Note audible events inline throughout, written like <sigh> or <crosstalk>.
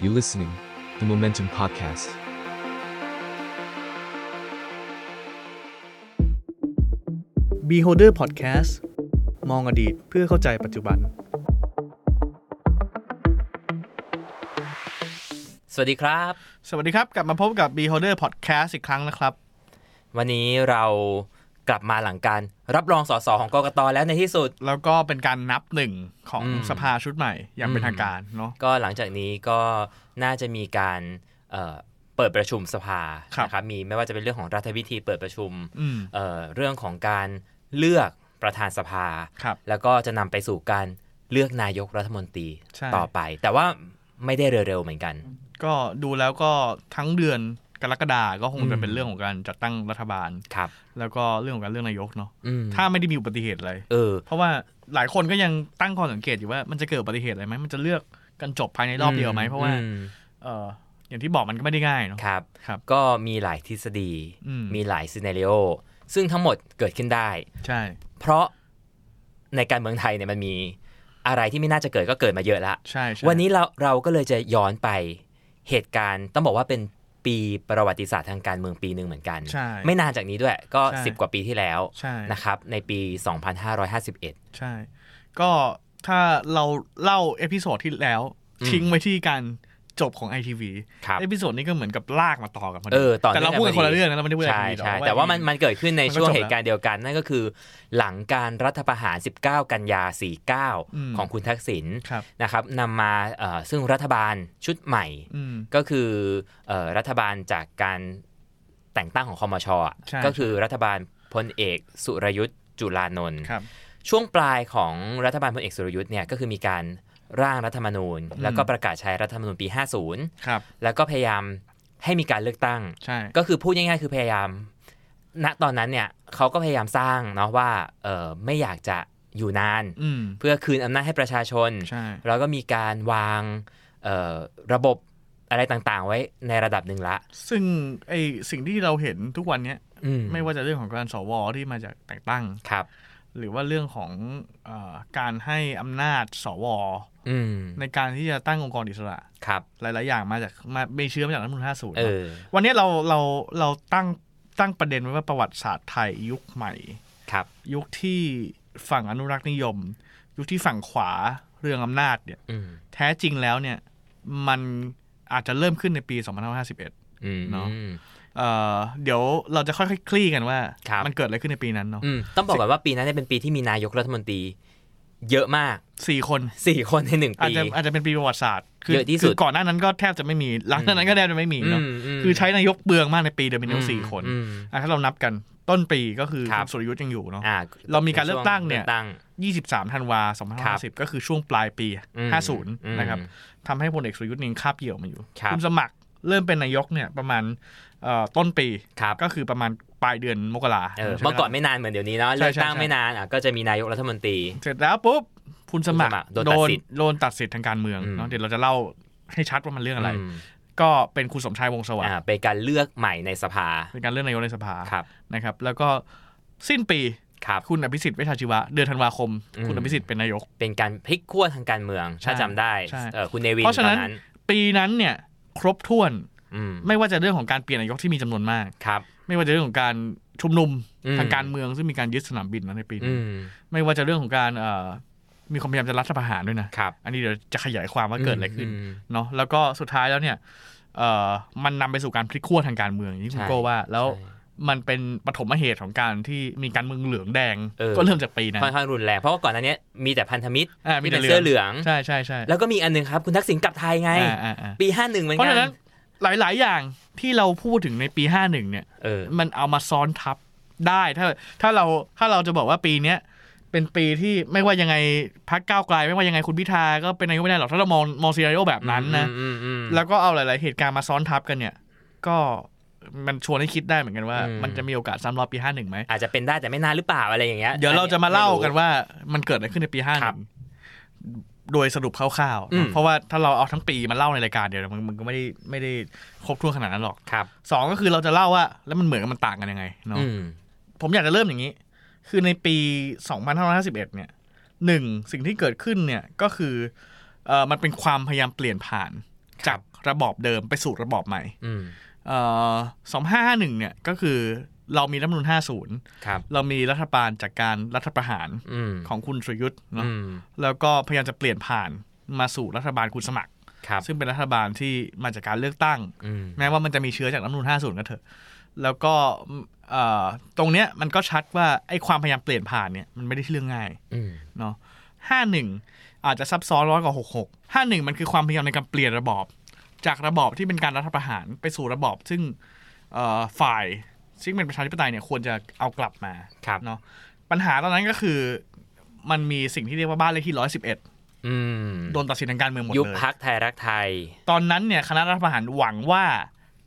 You listening, the Momentum Podcast. บ Beholder Podcast มองอดีตเพื่อเข้าใจปัจจุบัน สวัสดีครับ สวัสดีครับ กลับมาพบกับ Beholder Podcast อีกครั้งนะครับ วันนี้เรากลับมาหลังการรับรองสสของกกตแล้วในที่สุด แล้วก็เป็นการนับหนึ่งของ อืม สภาชุดใหม่อย่างเป็นทางการเนาะ ก็หลังจากนี้ก็น่าจะมีการเอ่อเปิดประชุมสภา ครับ นะครับมีไม่ว่าจะเป็นเรื่องของรัฐวิธีเปิดประชุม อืม เอ่อเรื่องของการเลือกประธานสภา ครับ แล้วก็จะนำไปสู่การเลือกนายกรัฐมนตรี ใช่ ต่อไป แต่ว่าไม่ได้เร็วๆเหมือนกัน ก็ดูแล้วก็ทั้งเดือนกรกฎาก็คงจะ อืม เป็นเรื่องของการจัดตั้งรัฐบาล ครับ แล้วก็เรื่องของการเลือกนายกเนาะ อืม ถ้าไม่ได้มีอุบัติเหตุอะไร เออ เพราะว่าหลายคนก็ยังตั้งข้อสังเกตอยู่ว่ามันจะเกิดอุบัติเหตุอะไรไหม มันจะเลือกกันจบภายในรอบเดียวไหม เพราะว่า อืม เอออย่างที่บอกมันก็ไม่ได้ง่ายเนาะ ครับ ครับ ก็มีหลายทฤษฎี อืม มีหลายซีนารีโอซึ่งทั้งหมดเกิดขึ้นได้ ใช่ เพราะในการเมืองไทยเนี่ยมันมีอะไรที่ไม่น่าจะเกิดก็เกิดมาเยอะละ ใช่ใช่ วันนี้เราเราก็เลยจะย้อนไปเหตุการณ์ต้องบอกว่าเป็นปีประวัติศาสตร์ทางการเมืองปีหนึ่งเหมือนกัน ใช่ ไม่นานจากนี้ด้วยก็ ใช่ 10 กว่าปีที่แล้ว ใช่ นะครับ ในปี 2551 ใช่ ก็ถ้าเราเล่าเอพิโซดที่แล้ว อืม ทิ้งไว้ที่การจบของ ITV ครับ เอพิโซดนี้ก็เหมือนกับลากมาต่อกันพอ เอ ดี อต่อ แต่เราพูดกันคนละเรื่องนะเราไม่ได้พูด ใช่ ITV หรอก ใช่ เพระ แต่ว่ามันมันเกิดขึ้นใน มันช่วก็ง จบแล้ว เหตุการณ์เดียวกันนั่นก็คือ หลังการรัฐประหาร 19 กันยา อืม 49 ของคุณทักษิณ ครับ นะครับนำมาเอ่อซึ่งรัฐบาลชุดใหม่ อืม ก็คือเออรัฐบาลจากการแต่งตั้งของคอมชอะ ใช่ ก็คือรัฐบาลพลเอกสุรยุทธ์จุลานนท์ ครับ ช่วงปลายของรัฐบาลพลเอกสุรยุทธ์เนี่ยก็คือมีการร่างรัฐธรรมนูญ อืม แล้วก็ประกาศใช้รัฐธรรมนูญปี ครับ 50 แล้วก็พยายามให้มีการเลือกตั้ง ใช่ ก็คือพูดง่ายๆคือพยายาม ณตอนนั้นเนี่ยเขาก็พยายามสร้างเนาะว่าเออไม่อยากจะอยู่นาน อืม เพื่อคืนอำนาจให้ประชาชน ใช่ เราก็มีการวางเอ่อระบบอะไรต่างๆ ไว้ในระดับหนึ่งละ ซึ่งไอสิ่งที่เราเห็นทุกวันเนี้ย อื ไม่ว่าจะเรื่องของการสวที่มาจากแต่งตั้ง ครับ หรือว่าเรื่องของเออการให้อำนาจสว อืม ในการที่จะตั้งองค์กรอิสระ ครับ หลาย ๆ อย่างมาจากมาไม่เชื้อมาจากรัฐธรรมนูญ50 เอ เนอะ อ วันนี้เราเราเราตั้งตั้งประเด็นไว้ว่าประวัติศาสตร์ไทยยุคใหม่ ครับ ยุคที่ฝั่งอนุรักษ์นิยม ยุคที่ฝั่งขวาเรื่องอำนาจเนี่ย อืม แท้จริงแล้วเนี่ยมันอาจจะเริ่มขึ้นในปี 2551 เ อืม เนอะ อ่อเดี๋ยวเราจะค่อย ๆ คลี่กันว่า ครับ มันเกิดอะไรขึ้นในปีนั้นเนาะ อืมต้องบอกก่อนว่าปีนั้นเนี่ยเป็นปีที่มีนายกรัฐมนตรี เยอะมาก สี่คน สี่คนในหนึ่ง อาจ ปี จะอาจจะเป็นปีประวัติศาสตร์คื เยอะที่สุด คืก่อนหน้านั้นก็แทบจะไม่มีหลังจากนั้นก็แทบจะไม่มีเนาะ ม คือใช้นายกเบืองมากในปีเดียวมีนายก อืม สี่คน อืม อ่ะถ้าเรานับกันต้นปีก็คือ ครั คุ บ ณสุรยุทธ์ยังอยู่เนาะ อ่า เรามีการเลือกตั้งเนี่ย ช่วลือกตั้ง 23ธันวา2550 ก็คือช่วงปลายปี อืมอืม 50 นะครับทำให้พลเอกสุรยุทธ์นี่คาบเกี่ยวมาอยู่ ครับ คุณสมัครเริ่มเป็นนายกเนี่ยประมาณเอ่อต้นปี ครับ ก็คือประมาณปลายเดือนมกรา เออ ใช่ไห เมื่อก่อนไม่นานเหมือนเดี๋ยวนี้เนาะ ใช่ เลือกตั้ง ใช่ ไม่นานอ่ะก็จะมีนายกรัฐมนตรี เสร็จแล้วปุ๊บ คุณสมัคร คุณสมัครโดนตัดสิทธิ์ โดนตัดสิทธิ์ทางการเมือง อืม เนาะเดี๋ยวเราจะเล่าให้ชัดว่ามันเรื่องอะไร ม ก็เป็นคุณสมชายวงศ์สวัสดิ์ อ่าเป็นการเลือกใหม่ในสภา เป็นการเลือกนายกในสภา ครับ นะครับ แล้วก็สิ้นปี ครับ คุณอภิสิทธิ์เวชชาชีวะเดือนธันวาคม อืม คุณอภิสิทธิ์เป็นนายก เป็นการพลิกขั้วทางการเมือง ถ้า ใช่ จำได้ ใช่ เอ่อคุณเนวิน เพราะฉะนั้น ตอ ปีนั้นเนี่ยครบถ้วน อืม ไม่ว่าจะเรื่องของการเปลี่ยนนายกที่มีจำนวนมาก ครับ ไม่ว่าจะเรื่องของการชุมนุม อืม ทางการเมืองซึ่งมีการยึดสนามบินนะในปี อื นี้น ม ไม่ว่าจะเรื่องของการเอ่อมีความพยายามจะรัฐประหารด้วยนะ ครับ อันนี้เดี๋ยวจะขยายความว่าเกิดอะไรขึ้น ม เนาะแล้วก็สุดท้ายแล้วเนี่ยเอ่อมันนำไปสู่การพลิกขั้วทางการเมืองอย่างที่คุณ ใช่ โก้ว่า แล้ว ใช่ มันเป็นปฐมเหตุของการที่มีการเมืองเหลืองแดง เออ ก็เริ่มจากปีนั้น ค่อนข้างรุนแรงเพราะว่าก่อนหน้านี้มีแต่พันธมิตร อ่ามี มี แต่ แต่ เหลื เสื้ อ อง เหลือง ใช่ใช่ใช่ แล้วก็มีอันหนึงครับคุณทักษิณกลับไทยไง อ่าอ่าอ่า ปีห้าหนึ่งเหมือน เพราะ กั ฉะนั้นหลาย ๆ อย่างที่เราพูดถึงในปี51เนี่ย เออ มันเอามาซ้อนทับได้ถ้าถ้าเราถ้าเราจะบอกว่าปีเนี้ยเป็นปีที่ไม่ว่ายังไงพักก้าวไกล ไม่ว่ายังไงคุณพิธาก็เป็นนายกไม่ได้หรอกถ้าเรามองมองซีนารีโอแบบนั้นนะ อืมอืมอืม แล้วก็เอาหลาย ๆ เหตุการณ์มาซ้อนทับกันเนี่ย ก็มันชวนให้คิดได้เหมือนกันว่า อืม มันจะมีโอกาสซ้ำรอบปีห้าหนึ่งไหม อาจจะเป็นได้แต่ไม่นานหรือเปล่าอะไรอย่างเงี้ย เดี๋ยวเราจะมาเล่ากัน ไ ว่ามันเกิดอะไรขึ้นในปีห้าห ครั นึ่ บ งโดยสรุปคร่าวๆ อืม นะเพราะว่าถ้าเราเอาทั้งปีมาเล่าในรายการเดียวมันมันก็ไม่ได้ไม่ได้ครบถ้วนขนาดนั้นหรอก ครับ สองก็คือเราจะเล่าว่าแล้วมันเหมือนกับมันต่างกันยังไงเนาะ อืม ผมอยากจะเริ่มอย่างนี้ คือในปี 2551 เนี่ยหนึ่งสิ่งที่เกิดขึ้นเนี่ยก็คือเออมันเป็นความพยายามเปลี่ยนผ่าน จากระบอบเดิมไปสู่ระบอบใหม่ อืม เอ่อสองห้าห้าหนึ่งเนี่ยก็คือเรามีรัฐธรรมนูลห้าศูนย์ ครับ เรามีรัฐบาลจากการรัฐประหาร อืม ของคุณสุรยุทธ์เนาะ อืม แล้วก็พยายามจะเปลี่ยนผ่านมาสู่รัฐบาลคุณสมัคร ครับ ซึ่งเป็นรัฐบาลที่มาจากการเลือกตั้ง อืม แม้ว่ามันจะมีเชื้อจากรัฐธรรมนูล50 ก็เถอะ แล้วก็เอ่อตรงเนี้ยมันก็ชัดว่าไอ้ความพยายามเปลี่ยนผ่านเนี่ยมันไม่ได้เรื่องง่าย อืม เนาะ51 อาจจะซับซ้อนร้อยกว่า 66 51 มันคือความพยายามในการเปลี่ยนระบอบ จากระบอบที่เป็นการรัฐประหารไปสู่ระบอบ ซึ่งเอ่อฝ่ายซึ่งเป็นประชาธิปไตยเนี่ยควรจะเอากลับมา ครับ เนาะปัญหาตอนนั้นก็คือมันมีสิ่งที่เรียกว่าบ้านเลขที่ 111 อืม โดนตัดสินทางการเมืองหมด ยุบ เลย พักไทยรักไทย ตอนนั้นเนี่ยคณะรัฐประหารหวังว่า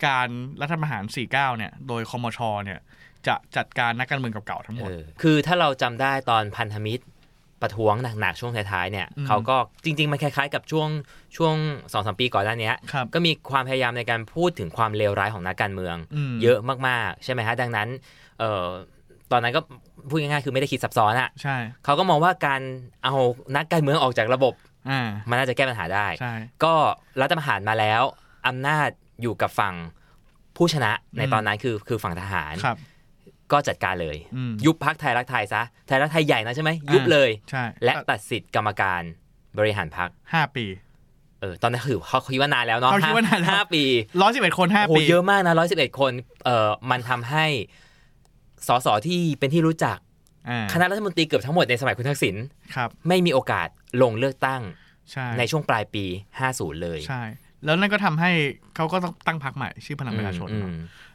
การรัฐประหาร 49 เนี่ย โดยคอมชเนี่ย จะจัดการนักการเมืองเก่าๆทั้งหมด เออคือถ้าเราจำได้ตอนพันธมิตรประท้วงหนักๆช่วงท้ายๆเนี่ย อืม เขาก็จริง ๆ มันคล้ายๆกับช่วงช่วงสองสามปีก่อนหน้าเนี้ย ครับ ก็มีความพยายามในการพูดถึงความเลวร้ายของนักการเมือง อืม เยอะมากๆ ใช่ไหมฮะดังนั้นเอ่อตอนนั้นก็พูดง่ายๆคือไม่ได้คิดซับซ้อนอะ่ะ ใช่ เขาก็มองว่าการเอานักการเมืองออกจากระบบ อ่า มันน่าจะแก้ปัญหาได้ ใช่ ก็รัฐประหารมาแล้วอำนาจอยู่กับฝั่งผู้ชนะใน อืม ตอนนั้นคือคือฝั่งทหาร ครับ ก็จัดการเลย อืม ยุบพักไทยรักไทยซะ ไทยรักไทยใหญ่นะใช่ไหม ยุบ อ่า เลย ใช่ และตัดสิทธิ์กรรมการบริหารพัก ห้าปี เออตอนนั้นคือเขาคิดว่านานแล้วเนาะ เขาคิดว่านานแล้ว ห้าปี 111 คน โอ้ 5 โห ปี เยอะมากนะร้อยสิบเอ็ดคนเออมันทำให้สสที่เป็นที่รู้จัก อ่า คณะรัฐมนตรีเกือบทั้งหมดในสมัยคุณทักษิณ ครับ ไม่มีโอกาสลงเลือกตั้ง ใช่ ในช่วงปลายปี 50 เลย ใช่ แล้วนั่นก็ทำให้เขาก็ต้องตั้งพรรคใหม่ชื่อพลังประชาชน อืม เนาะ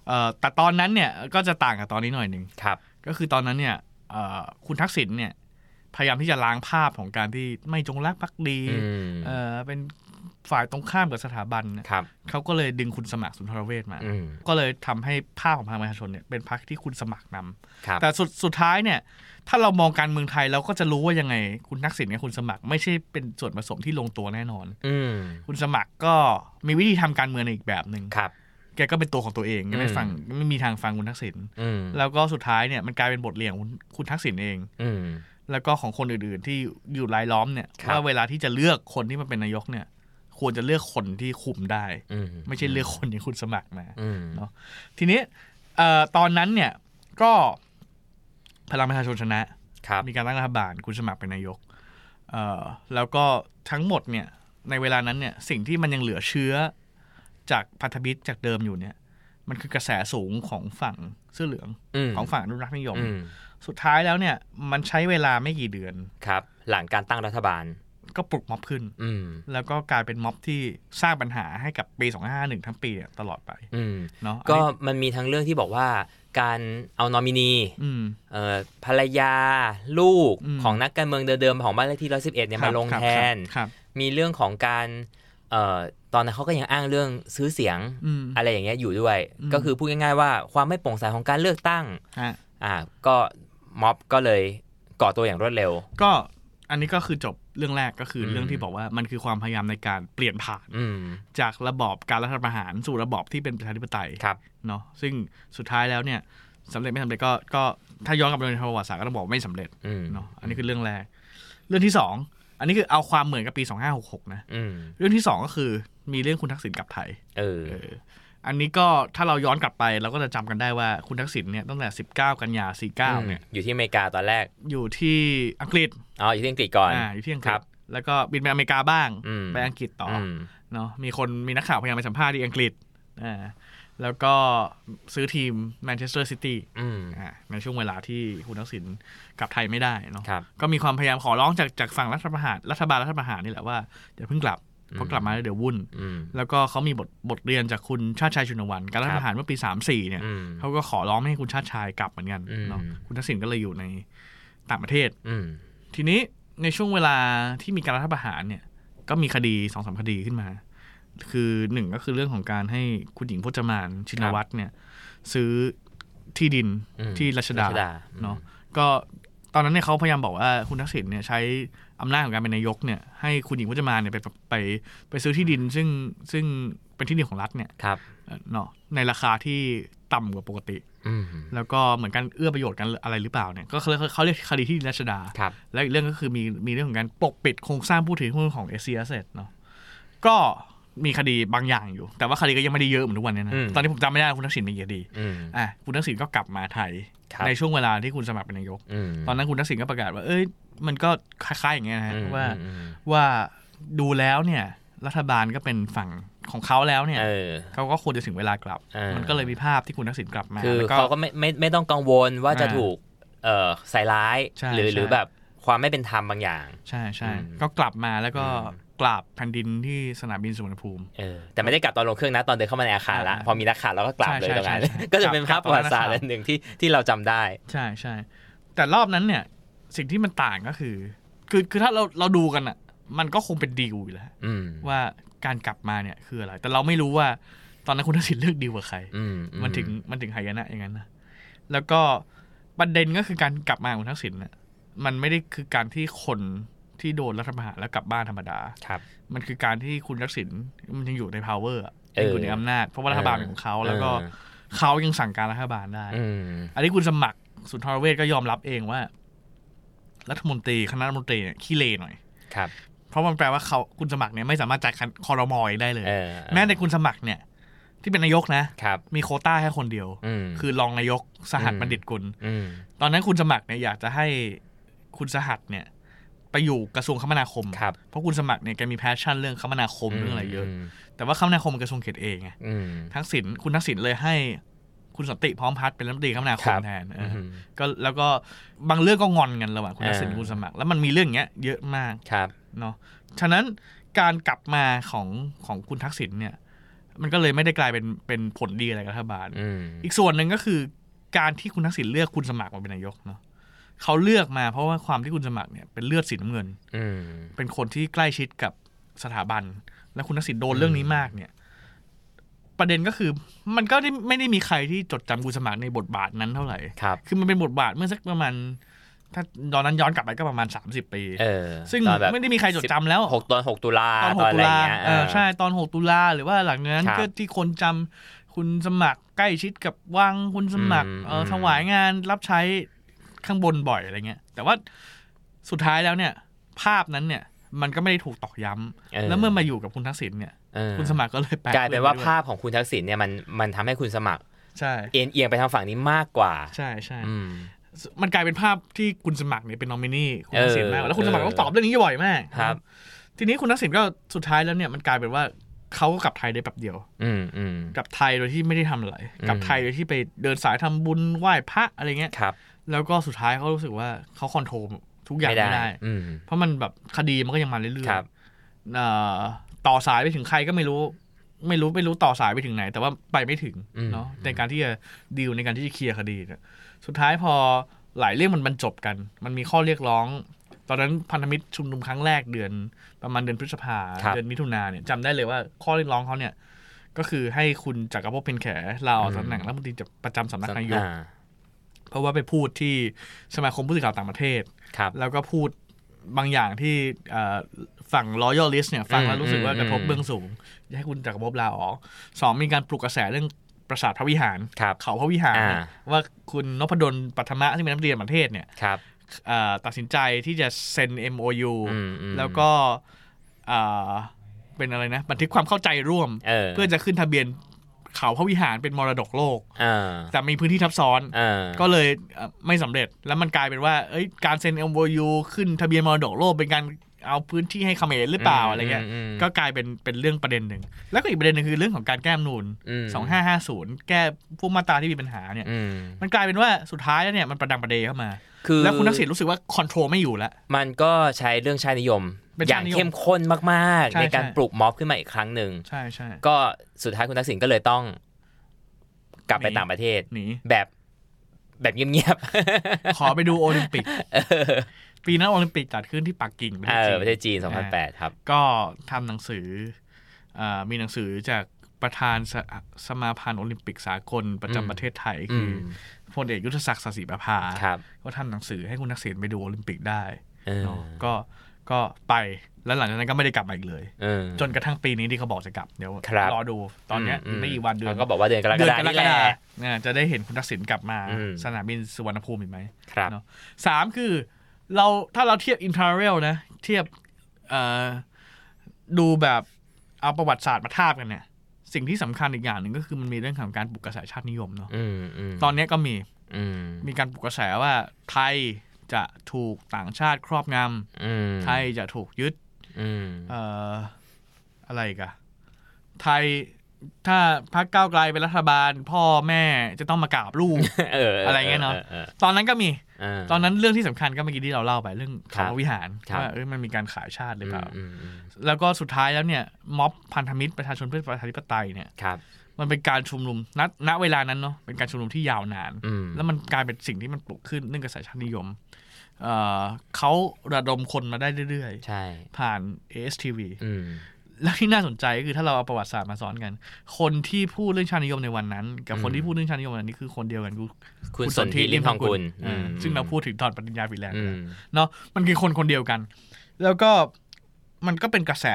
เอ่อแต่ตอนนั้นเนี่ยก็จะต่างกับตอนนี้หน่อยหนึ่ง ครับ ก็คือตอนนั้นเนี่ยเอ่อคุณทักษิณเนี่ย พยายามที่จะล้างภาพของการที่ไม่จงรักภักดี อืม เอ่อเป็นฝ่ายตรงข้ามกับสถาบันเนี่ย ครับ เขาก็เลยดึงคุณสมัครสุนทรเวชมา อืม ก็เลยทำให้ภาพของพลังประชาชนเนี่ยเป็นพรรคที่คุณสมัครนำ ครับ แต่สุดสุดท้ายเนี่ย ถ้าเรามองการเมืองไทยเราก็จะรู้ว่ายังไง คุณทักษิณกับคุณสมัคร ไม่ใช่เป็นส่วนผสมที่ลงตัวแน่นอน อืม คุณสมัครก็มีวิธีทำการเมืองในอีกแบบหนึ่ง ครับ แกก็เป็นตัวของตัวเองไม่ฟังไม่มีทางฟังคุณทักษิณ อืม แล้วก็สุดท้ายเนี่ยมันกลายเป็นบทเรียนของคุณคุณทักษิณเอง อืม แล้วก็ของคนอื่นๆ ที่อยู่รายล้อมเนี่ย ครับ ว่าเวลาที่จะเลือกคนที่มาเป็นนายกเนี่ย ควรจะเลือกคนที่คุมได้ อืม ไม่ใช่เลือกคนอย่างคุณสมัครมา อืม ทีนี้เอ่อตอนนั้นเนี่ยก็พลังประชาชนชนะ ครับ มีการตั้งรัฐบาลคุณสมัครเป็นนายกเอ่อแล้วก็ทั้งหมดเนี่ยในเวลานั้นเนี่ยสิ่งที่มันยังเหลือเชื้อจากพันธมิตรจากเดิมอยู่เนี่ย มันคือกระแสสูงของฝั่งเสื้อเหลือง อืม ของฝั่งอนุรักษ์นิยม อืม สุดท้ายแล้วเนี่ย มันใช้เวลาไม่กี่เดือน ครับ หลังการตั้งรัฐบาล ก็ปลุกม็อบขึ้น อืม แล้วก็กลายเป็นม็อบที่สร้างปัญหาให้กับปี 2551 ทั้งปีเนี่ยตลอดไป อืม เนาะ ก็ อันนี้ มันมีทั้งเรื่องที่บอกว่า การเอานอมินี อืม เอ่อภรรยาลูก อืม ของนักการเมืองเดิมๆของบ้านเลขที่ 111 เนี่ยมาลง ครับ แทน ครับ มีเรื่องของการเอ่อตอนนั้นเขาก็ยังอ้างเรื่องซื้อเสียง อืม อะไรอย่างเงี้ยอยู่ด้วย อืม ก็คือพูดง่ายๆว่าความไม่โปร่งใสของการเลือกตั้ง ฮะ อ่า ก็ม็อบก็เลยก่อตัวอย่างรวดเร็ว ก็อันนี้ก็คือจบเรื่องแรกก็คือมอเรื่องที่บอกว่ามันคือความพยายามในการเปลี่ยนผ่าน อืม จากระบอบการรัฐประหารสู่ระบอบที่เป็นประชาธิปไตย ครับ เนาะซึ่งสุดท้ายแล้วเนี่ยสำเร็จไม่สำเร็จก็ก็ถ้าย้อนกลับไปในประวัติศาสตร์ก็ต้องบอกว่าไม่สำเร็จ อืม เนาะอันนี้คือเรื่องแรก เรื่องที่สองอันนี้คือเอาความเหมือนกับปี 2566นะ อืม เรื่องที่สองก็คือมีเรื่องคุณทักษิณกลับไทย เออ อันนี้ก็ถ้าเราย้อนกลับไปเราก็จะจำกันได้ว่าคุณทักษิณเนี่ยตั้งแต่ 19 กันยา 49 เนี่ย อยู่ที่อเมริกาตอนแรก อยู่ที่อังกฤษ อ๋ออยู่ที่อังกฤษก่อน อ่าอยู่ที่อังกฤ ครั ษ บ แล้วก็บินไปอเมริกาบ้าง อืม ไปอังกฤษต่ออ ม เนาะมีคนมีนักข่าวพยายามไปสัมภาษณ์ที่อังกฤษอ่าแล้วก็ซื้อทีมแมนเชสเตอร์ซิตี้ อืม อ่าในช่วงเวลาที่คุณทักษิณกลับไทยไม่ได้เนาะ ครับ ก็มีความพยายามขอร้องจากจากฝั่งรัฐประหารรัฐบาลรัฐประหารนี่แหละว่าอย่าเพิ่งกลับเพราะกลับมาแล้วเดี๋ยววุ่น อืม แล้วก็เขามีบทบทเรียนจากคุณชาติชายชุนวันการรัฐประหารเมื่อปี 34 เนี่ย อืม เขาก็ขอร้องไม่ให้คุณชาติชายกลับเหมือนกัน อืม เนาะคุณทักษิณก็เลยอยู่ในต่างประเทศ อืม ทีนี้ในช่วงเวลาที่มีการรัฐประหารเนี่ย ก็มีคดีสองสามคดีขึ้นมา คือหนึ่งก็คือเรื่องของการให้คุณหญิงพจมานชินวัตรเนี่ย ซื้อที่ดิน อืม ที่รัชดา รัชดา เนาะก็ตอนนั้นเนี่ยเขาพยายามบอกว่าคุณทักษิณเนี่ยใช้อำนาจของการเป็นนายกเนี่ยให้คุณหญิงพจมานเนี่ยไปไปไปซื้อที่ดิน ซึ่งซึ่งเป็นที่ดินของรัฐเนี่ย ครับ เอ่อเนาะในราคาที่ต่ำกว่าปกติ อืม แล้วก็เหมือนกันเอื้อประโยชน์กันอะไรหรือเปล่าเนี่ยก็เขาเรียกเขาเรียกคดีที่ดินรัชดา ครับ และอีกเรื่องก็คือมีมีเรื่องของการปกปิดโครงสร้างผู้ถือหุ้นของเอเชียเสร็จเนาะก็ มีคดีบางอย่างอยู่ แต่ว่าคดีก็ยังไม่ได้เยอะเหมือนทุกวันเนี้นะ อืม ตอนนี้ผมจำไม่ได้ว่าคุณทักษิณมีกี่คดี อืม อ่ะคุณทักษิณก็กลับมาไทย ครับ ในช่วงเวลาที่คุณสมัครเป็นนายก อืม ตอนนั้นคุณทักษิณก็ประกาศว่า เอ้ย มันก็คล้ายๆอย่างเงี้ยนะฮะ อืม ว่า อืม ว่าดูแล้วเนี่ย รัฐบาลก็เป็นฝั่งของเขาแล้วเนี่ย เออ เขาก็ควรจะถึงเวลากลับ เออ มันก็เลยมีภาพที่คุณทักษิณกลับมา คือ แล้วก็ เขาก็ไม่ไม่ไม่ต้องกังวลว่าจะ อ่า ถูกเอ่อใส่ร้าย ใช่ หรือหรือ ใช่ แบบความไม่เป็นธรรมบางอย่าง ใช่ใช่ อืม ก็กลับมาแล้วก็ อืม กราบแผ่นดินที่สนามบินสุวรรณภูมิ เออแต่ไม่ได้กลับตอนลงเครื่องนะตอนเดินเข้ามาในอาคารละ อ่า พอมีนักข่าวเราก็กลับ ใช่ เลยตรงใช่นั้น ใช่ใช่ ก็จะเป็นภาพประวัติศาสตร์อันหนึ่งที่ที่เราจำได้ ใช่ใช่แต่รอบนั้นเนี่ย สิ่งที่มันต่างก็คือ คือคือถ้าเราเราดูกันอ่ะ มันก็คงเป็นดีลอยู่แล้ว อืม ว่าการกลับมาเนี่ยคืออะไร แต่เราไม่รู้ว่าตอนนั้นคุณทักษิณเลือกดีลกับใคร อืมอื มันถึงมันถึงหายนะอย่างนั้นนะแล้วก็ประเด็นก็คือการกลับมาของทักษิณน่ะมันไม่ได้คือการที่คนที่โดนรัฐประหารแล้วกลับบ้านธรรมดา ครับ มันคือการที่คุณทักษิณมันยังอยู่ใน power อะ เออ ยังอยู่ในอำนาจ เพราะว่ารัฐบาลเป็นของเขาแล้วก็เขายังสั่งการรัฐบาลได้ เอออืม อันนี้คุณสมัครสุนทรเวชก็ยอมรับเองว่า รัฐมนตรีคณะรัฐมนตรีเนี่ยขี้เลหน่อย ครับ เพราะมันแปลว่าเขาคุณสมัครเนี่ยไม่สามารถจัดคอรมอเองได้เลย เออ แม้แต่คุณสมัครเนี่ย ที่เป็นนายกนะ ครับ มีโควต้าแค่คนเดียว อืม คือรองนายกสหัส อืม บัณฑิตกุล อืม ตอนนั้นคุณสมัครเนี่ยอยากจะให้คุณสหัสเนี่ย ไปอยู่กระทรวงคมนาคม ครับ เพราะคุณสมัครเนี่ยแกมีแพชชั่นเรื่องคมนาคมเรื่องอะไรเยอะ ม แต่ว่าคมนาคมมันกระทรวงเขตเองไง อืม ทักษิณคุณทักษิณเลยให้ คุณสันติพร้อมพัฒน์เป็นรัฐมนตรีคมนาค ค ม รับ แทนเอ อื ออ ม ก็แล้วก็บางเรื่องก็งอนกันระหว่างคุณทักษิณ อ่า กับคุณสมัคร แล้วมันมีเรื่องอย่างเงี้ยเยอะมาก ครับ เนาะ ฉะนั้นการกลับมาของของคุณทักษิณเนี่ย มันก็เลยไม่ได้กลายเป็นเป็นผลดีอะไรกับรัฐบาล อืม อีกส่วนหนึ่งก็คือการที่คุณทักษิณเลือกคุณสมัครมาเป็นนายกเนาะเขาเลือกมาเพราะว่าความที่คุณสมัครเนี่ยเป็นเลือดสีน้ำเงิน อืม เป็นคนที่ใกล้ชิดกับสถาบัน และคุณทักษิณโดนเรื่องนี้มากเนี่ย ประเด็นก็คือมันก็ได้ไม่ได้มีใครที่จดจำคุณสมัครในบทบาทนั้นเท่าไหร่ ครับ คือมันเป็นบทบาทเมื่อสักประมาณ ถ้าตอนนั้นย้อนกลับไปก็ประมาณ 30 ปี เออ ซึ่ง ตอนแบบ ไม่ได้มีใครจดจำแล้ว หกตอนหกตุลา ตอน ต ห อก นอะ ตุ ไรอ ลา ย่างเงี้ย เออใช่ ตอนหกตุลาหรือว่าหลังจากนั้น ครับ ก็ที่คนจำคุณสมัครใกล้ชิดกับวังคุณสมัคร อืม เอ่อมอถวายงานรับใช้ข้างบนบ่อยอะไรเงี้ย แต่ว่าสุดท้ายแล้วเนี่ย ภาพนั้นเนี่ย มันก็ไม่ได้ถูกตอกย้ำแล้วเมื่อมาอยู่กับคุณทักษิณเนี่ย เออ คุณสมัครก็เลยแปะ กลายเป็นว่า ด้ย ภาพของคุณทักษิณเนี่ยมันมันทำให้คุณสมัคร ใช่ เอ็นเอียงไปทางฝั่งนี้มากกว่า ใช่ใช่ อืม มันกลายเป็นภาพที่คุณสมัครเนี่ยเป็นนอมินีคุณทักษิณมากกว่าแล้วคุณ เอ ส อ มัครต้องตอบเรื่องนี้บ่อยมาก ครับ ทีนี้คุณทักษิณก็สุดท้ายแล้วเนี่ยมันกลายเป็นว่าเขาก็กลับไทยได้แบบเดียว อืมอืม กลับไทยโดยที่ไม่ได้ทำอะไร อืม กลับไทยโดยที่ไปเดินสายทำบุญไหว้พระอะไรเงี้ย ครับ แล้วก็สุดท้ายเขารู้สึกว่าเขาคอนโทรลทุกอย่างไม่ได้ อืม เพราะมันแบบคดีมันก็ยังมาเรื่อย ครับ ๆเอ่อต่อสายไปถึงใครก็ไม่รู้ ไม่รู้ไม่รู้ต่อสายไปถึงไหน แต่ว่าไปไม่ถึง อืม เนาะในการที่จะดีลในการที่จะเคลียร์คดีเนี่ยสุดท้ายพอหลายเรื่องมันบรรจบกัน มันมีข้อเรียกร้อง ตอนนั้นพันธมิตรชุมนุมครั้งแรกเดือนประมาณเดือนพฤษภา ครับ เดือนมิถุนาเนี่ยจำได้เลยว่าข้อเรียกร้องเขาเนี่ย ก็คือให้คุณจักรภพเป็นแขลาออกจากตำแหน่งรัฐมนตรีประจำสำนักนายก อ่า เพราะว่าไปพูดที่สมาคมผู้สื่อข่าวต่างประเทศ ครับ แล้วก็พูดบางอย่างที่เอ่อฝั่ง Royalist เนี่ย ฟังแล้วรู้สึกว่า อืม กระทบเบื้องสูงอยากให้คุณจักรภพลาออกสองมีการปลุกกระแสเรื่องปราสาทพระวิหาร ครับ เขาพระวิหาร อ่า เนี่ยว่าคุณนพดลปัทมะที่เป็นนักเรียนประเทศเนี่ย ครับ เอ่อตัดสินใจที่จะเซ็น MOU อืมอืม แล้วก็เอ่อเป็นอะไรนะบันทึกความเข้าใจร่วม เออ เพื่อจะขึ้นทะเบียนเขาพระวิหารเป็นมรดกโลก อ่า แต่มีพื้นที่ทับซ้อน อ่า ก็เลยเอ่อไม่สำเร็จแล้วมันกลายเป็นว่าเอ้ยการเซ็น MOU ขึ้นทะเบียนมรดกโลกเป็นการเอาพื้นที่ให้เขมรหรือเปล่าอะไรเงี้ย ม ก็กลายเป็นเป็นเรื่องประเด็นหนึ่ง แล้วก็อีกประเด็นหนึ่งคือเรื่องของการแก้มนูน อืม 2550 แก้พวกมาตราที่มีปัญหาเนี่ย อืม มันกลายเป็นว่าสุดท้ายแล้วเนี่ยมันประดังประเดเข้ามา คือ แล้วคุณทักษิณรู้สึกว่าคอนโทรลไม่อยู่แล้ว มันก็ใช้เรื่องชาตินิยม เป็น อ ชา ย่า ติ ง นิยม เข้มข้นมากๆใช่ในการ ใช่ ปลุกม็อบขึ้นมาอีกครั้งหนึ่ง ใช่ใช่ ก็สุดท้ายคุณทักษิณก็เลยต้อง กลับไปต่างประเทศ หนี แบบแบบเงียบ ขอไปดูโอลิมปิกปีนั้นโอลิมปิกจัดขึ้นที่ปักกิ่งๆประ เอ เทศ อ จีน ประเทศจีน 2008 ครับ ก็ทำหนังสือเออมีหนังสือจากประธานสสมาพันธ์โอลิมปิกสากลประจำ อืม ประเทศไทย อื คือ ม อพลเอกยุทธศักดิ์สศิประภา ครับ ก็ทำหนังสือให้คุณทักษิณไปดูโอลิมปิกได้ เออ เนอะก็ก็ไปแล้วหลังจากนั้นก็ไม่ได้กลับมาอีกเลย เออ จนกระทั่งปีนี้ที่เขาบอกจะกลับ เดี๋ยว ครับ รอดูตอนเนี้ยอีกไม่กี่วันเดือน ขาก็บอกว่าเดือนกรก เดือน ฎาก ร นี่ ก แหละ ฎาเนี่ยจะได้เห็นคุณทักษิณกลับมา อืม สนามบินสุวรรณภูมิอีกไหม ครับ เนอะสามคือเราถ้าเราเทียบอินทาเรลนะ เทียบเอ่อดูแบบ เอาประวัติศาสตร์มาทาบกันเนี่ย สิ่งที่สำคัญอีกอย่างหนึ่งก็คือมันมีเรื่องของการปลุกกระแสชาตินิยมเนาะ อืมอืม ตอนเนี้ยก็มี อืม มีการปลุกกระแสว่าไทยจะถูกต่างชาติครอบง อืม ำไทยจะถูกยึด อืม เอ่ออะไรอีกอะไทยถ้าพรรคก้าวไกลเป็นรัฐบาล พ่อแม่จะต้องมากราบ <laughs> ลูก เออ อะไรเงี้ยเนอะ ตอนนั้นก็มี า ตอนนั้นเรื่องที่สำคัญก็เมื่อกี้ที่เราเล่าไปเรื่อง ครั เขา บ วิหาร ครับ ว่าเอ้ยมันมีการขายชาติหรือเปล่า อืมอืม แล้วก็สุดท้ายแล้วเนี่ยม็อบพันธมิตรประชาชนเพื่อประชาธิปไตยเนี่ย ครับ มันเป็นการชุมนุมณณเวลานั้นเนาะเป็นการชุมนุมที่ยาวนาน อืม แล้วมันกลายเป็นสิ่งที่มันปลุกขึ้นเรื่องกระแสชาตินิยมเอ่อเขาระดมคนมาได้เรื่อย ใช่ ๆ ผ่าน ASTV อืม แล้วที่น่าสนใจก็คือถ้าเราเอาประวัติศาสตร์มาซ้อนกัน คนที่พูดเรื่องชาตินิยมในวันนั้น กับคนที่พูดเรื่องชาตินิยมวันนี้คือคนเดียวกันคือ คุณสนธิลิมทองกุล อ่า อืม ซึ่งเราพูดถึงตอนปฏิญญาฟินแลนด์ อื ไปแล้ว ม เนาะมันคือคนคนเดียวกัน แล้วก็มันก็เป็นกระแส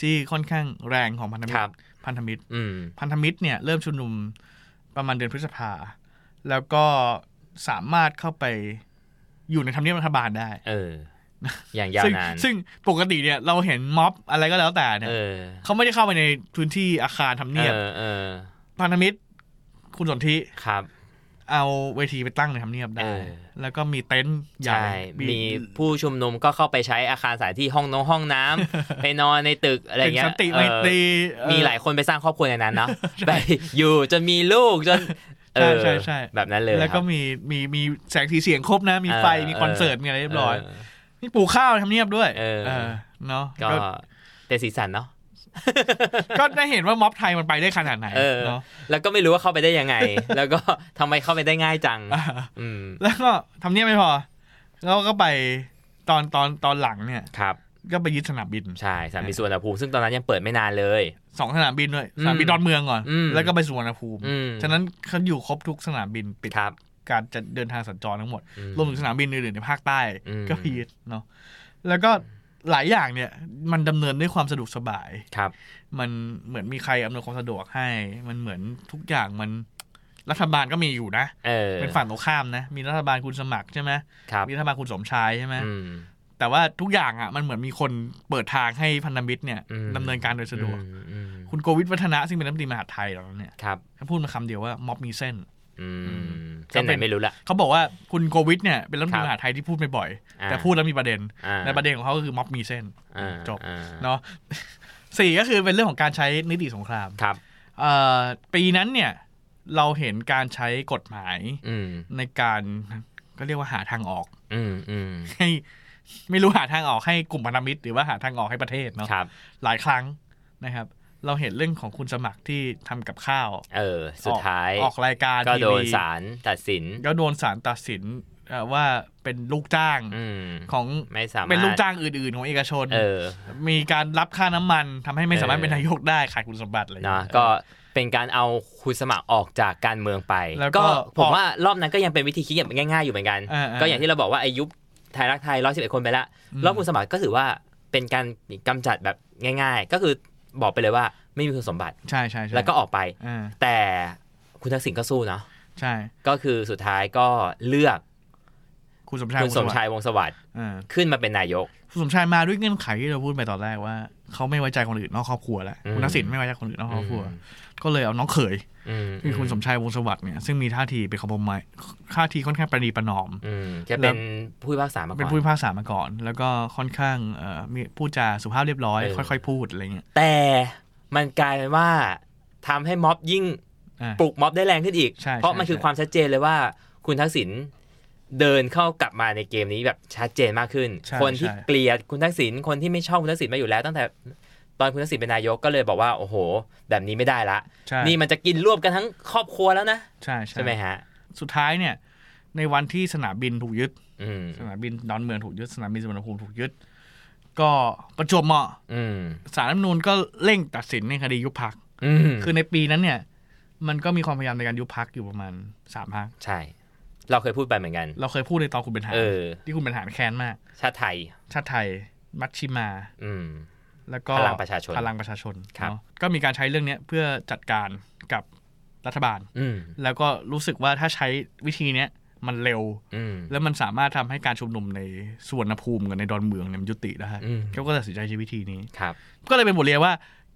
ที่ค่อนข้างแรงของพันธมิ ค ต รับ รพันธมิตร อืม พันธมิตรเนี่ยเริ่มชุมนุมประมาณเดือนพฤษภา แล้วก็สามารถเข้าไปอยู่ในทำเนียบรัฐบาลได้ เออ อย่างยาว ซึ่ง นาน ซึ่งปกติเนี่ยเราเห็นม็อบอะไรก็แล้วแต่เนี่ย เออ เขาไม่ได้เข้าไปในพื้นที่อาคารทำเนียบ เออเออ พันธมิตร คุณสนธิ ครับ เอาเวทีไปตั้งในทำเนียบได้ เออ แล้วก็มีเต็นท์ใหญ่ ใช่ มีผู้ชุมนุมก็เข้าไปใช้อาคารสถานที่ห้องน้องห้องน้ำ <laughs> ไปนอนในตึกอะไร เป็น เงี้ย สันติ เอ ไม อ ตรีเอ่อ มีหลายคนไปสร้างครอบครัวในนั้นเนาะ ไปอยู่จนมีลูกจนเออ ใช่ใช่ใช่ แบบนั้นเลย แล้ว ค ก็ รับ มีมีมีแสงสีเสียงครบนะ มีไฟ เออ มีคอนเสิร์ต มีอะไรเรียบร้อย เ มีปลูกข้าวทำเนียบด้วย เออ เนาะ ก็ ก็ เป็นสีสันเนาะ ก็ได้เห็นว่าม็อบไทยมันไปได้ขนาดไหน เออ เนาะ <laughs> แล้วก็ไม่รู้ว่าเข้าไปได้ยังไง แล้วก็ทำไมเข้าไปได้ง่ายจัง อ่า อืม แล้วก็ทำเนียบไม่พอ แล้วก็ไปตอนตอนตอนหลังเนี่ย ครับ ก็ไปยึดสนามบิน ใช่สนามบินสุวรรณภูมิซึ่งตอนนั้นยังเปิดไม่นานเลย สองสนามบินด้วย อืม สนามบินดอนเมืองก่อน อืม แล้วก็ไปสุวรรณภูมิ อืม ฉะนั้นเขาอยู่ครบทุกสนามบินปิด ครับ การจะเดินทางสัญจรทั้งหมด อื รวมถึงสนามบินอื่นๆในภาคใต้ อืม ก็พีดเนาะแล้วก็หลายอย่างเนี่ย มันดำเนินด้วยความสะดวกสบาย ครับ มันเหมือนมีใครอำนวยความสะดวกให้ มันเหมือนทุกอย่างมันรัฐบาลก็มีอยู่นะ เออ เป็นฝั่งตรงข้ามนะ มีรัฐบาลคุณสมัครใช่ไหม ครับ มีรัฐบาลคุณสมชายใช่ไหม อืม แต่ว่าทุกอย่างอ่ะมันเหมือนมีคนเปิดทางให้พันธมิตรเนี่ย อืม ดำเนินการโดยสะดวก อืมอืม คุณโกวิทวัฒนะซึ่งเป็นรัฐมนตรีมหาดไทยตอนนั้นเนี่ย ครับ เขาพูดมาคำเดียวว่าม็อบมีเส้น อื อื ม ม เส้นไห ก็เป็น น ไม่รู้ละ เขาบอกว่าคุณโกวิทเนี่ยเป็นรัฐคมนตรั รี บ มหาดไทยที่พูดไม่บ่อย อ่า แต่พูดแล้วมีประเด็น อ่า ในประเด็นของเขาก็คือม็อบมีเส้น อ่า จบ อ่า เนาะ <laughs> สี่ก็คือเป็นเรื่องของการใช้นิติสงคราม ครับ เอ่อปีนั้นเนี่ยเราเห็นการใช้กฎหมาย อืม ในการก็เรียกว่าหาทางออก อืมอืม ให้ไม่รู้หาทางออกให้กลุ่มพันธมิตรหรือว่าหาทางออกให้ประเทศเนาะ ครับ หลายครั้งนะครับ เราเห็นเรื่องของคุณสมัครที่ทำกับข้าว เออ สุดท้าย ออกออกรายการ ก็โดน ทีวี ศาลตัดสิน ก็โดนศาลตัดสินเอ่อว่าเป็นลูกจ้าง อืม ของ ไม่สามารถ เป็นลูกจ้างอื่น ๆ ของเอกชน เออ มีการรับค่าน้ำมันทำให้ไม่สามารถ เออ เป็นนายกได้ขาดคุณสมบัติอะไรอย่าง นะ เงี้ย ก็เป็นการเอาคุณสมัครออกจากการเมืองไป แล้วก็ ก็ผมว่ารอบนั้นก็ยังเป็นวิธีคิดแบบง่ายๆอยู่เหมือนกัน เออเออ ก็อย่างที่เราบอกว่าไอายุไทยรักไทยร้อยสิบเอ็ดคนไปละ อืม รอบคุณสมัครก็ถือว่าเป็นการกำจัดแบบง่าย ๆ ก็คือบอกไปเลยว่าไม่มีคุณสมบัติ ใช่ใช่ใช่ แล้วก็ออกไป อ่า แต่คุณทักษิณก็สู้เนาะ ใช่ ก็คือสุดท้ายก็เลือก คุณสมชาย คุณสมชายวงศ์สวัสดิ์ อ่า ขึ้นมาเป็นนายก คุณสมชายมาด้วยเงื่อนไขที่เราพูดไปตอนแรกว่าเขาไม่ไว้ใจคนอื่นนอกครอบครัวแล้ว อืม คุณทักษิณไม่ไว้ใจคนอื่นนอกครอบครัว ก็เลยเอาน้องเขย อืม คือคุณสมชายวงศ์สวัสดิ์เนี่ยซึ่งมีท่าทีเป็นคอมไมท่าทีค่อนข้างประนีประนอม อืมจะเป็นผู้พิพากษามา เป็น ก่อ ผู้ น พิพากษามาก่อน แล้วก็ค่อนข้างเอ่อมีพูดจาสุภาพเรียบร้อย เออ ค่อย ๆ พูดอะไรเงี้ย แต่มันกลายเป็นว่าทำให้ม็อบยิ่ง อ่ะ ปลุกม็อบได้แรงขึ้นอีก ใช่ เพราะมัน ใช่ คือความชัดเจนเลยว่า คุณทักษิณเดินเข้ากลับมาในเกมนี้แบบชัดเจนมากขึ้น ใช่ คนที่ ใช่ เกลียดคุณทักษิณคนที่ไม่ชอบคุณทักษิณมาอยู่แล้ว ตั้งแต่ตอนคุณทักษิณเป็นนายกก็เลยบอกว่าโอ้โห แบบนี้ไม่ได้ละ ใช่ นี่มันจะกินรวบกันทั้งครอบครัวแล้วนะ ใช่ ใช่ไหมฮะ สุดท้ายเนี่ยในวันที่สนามบินถูกยึด อืม สนามบินดอนเมืองถูกยึดสนามบินสุวรรณภูมิถูกยึด ก็ประจวบเหมาะ อืม สารรัฐธรรมนูญก็เร่งตัดสินในคดียุบพรรค อืม คือในปีนั้นเนี่ย มันก็มีความพยายามในการยุบพักอยู่ประมาณสามพัก ใช่ เราเคยพูดไปเหมือนกัน เราเคยพูดในตอนคุณเป็นหาร เออ ที่คุณเป็นหารแค้นมาก ชาติไทย ชาติไทย มัชชิมา อืม แล้วก็ พลังประชาชน พลังประชาชน ครับ เนอะก็มีการใช้เรื่องเนี้ยเพื่อจัดการกับรัฐบาล อืม แล้วก็รู้สึกว่าถ้าใช้วิธีเนี้ยมันเร็ว อืม แล้วมันสามารถทำให้การชุมนุมในสุวรรณภูมิกับในดอนเมืองเนี่ยมันยุติได้ อืม เขาก็ตัดสินใจใช้วิธีนี้ ครับ ก็เลยเป็นบทเรียนว่า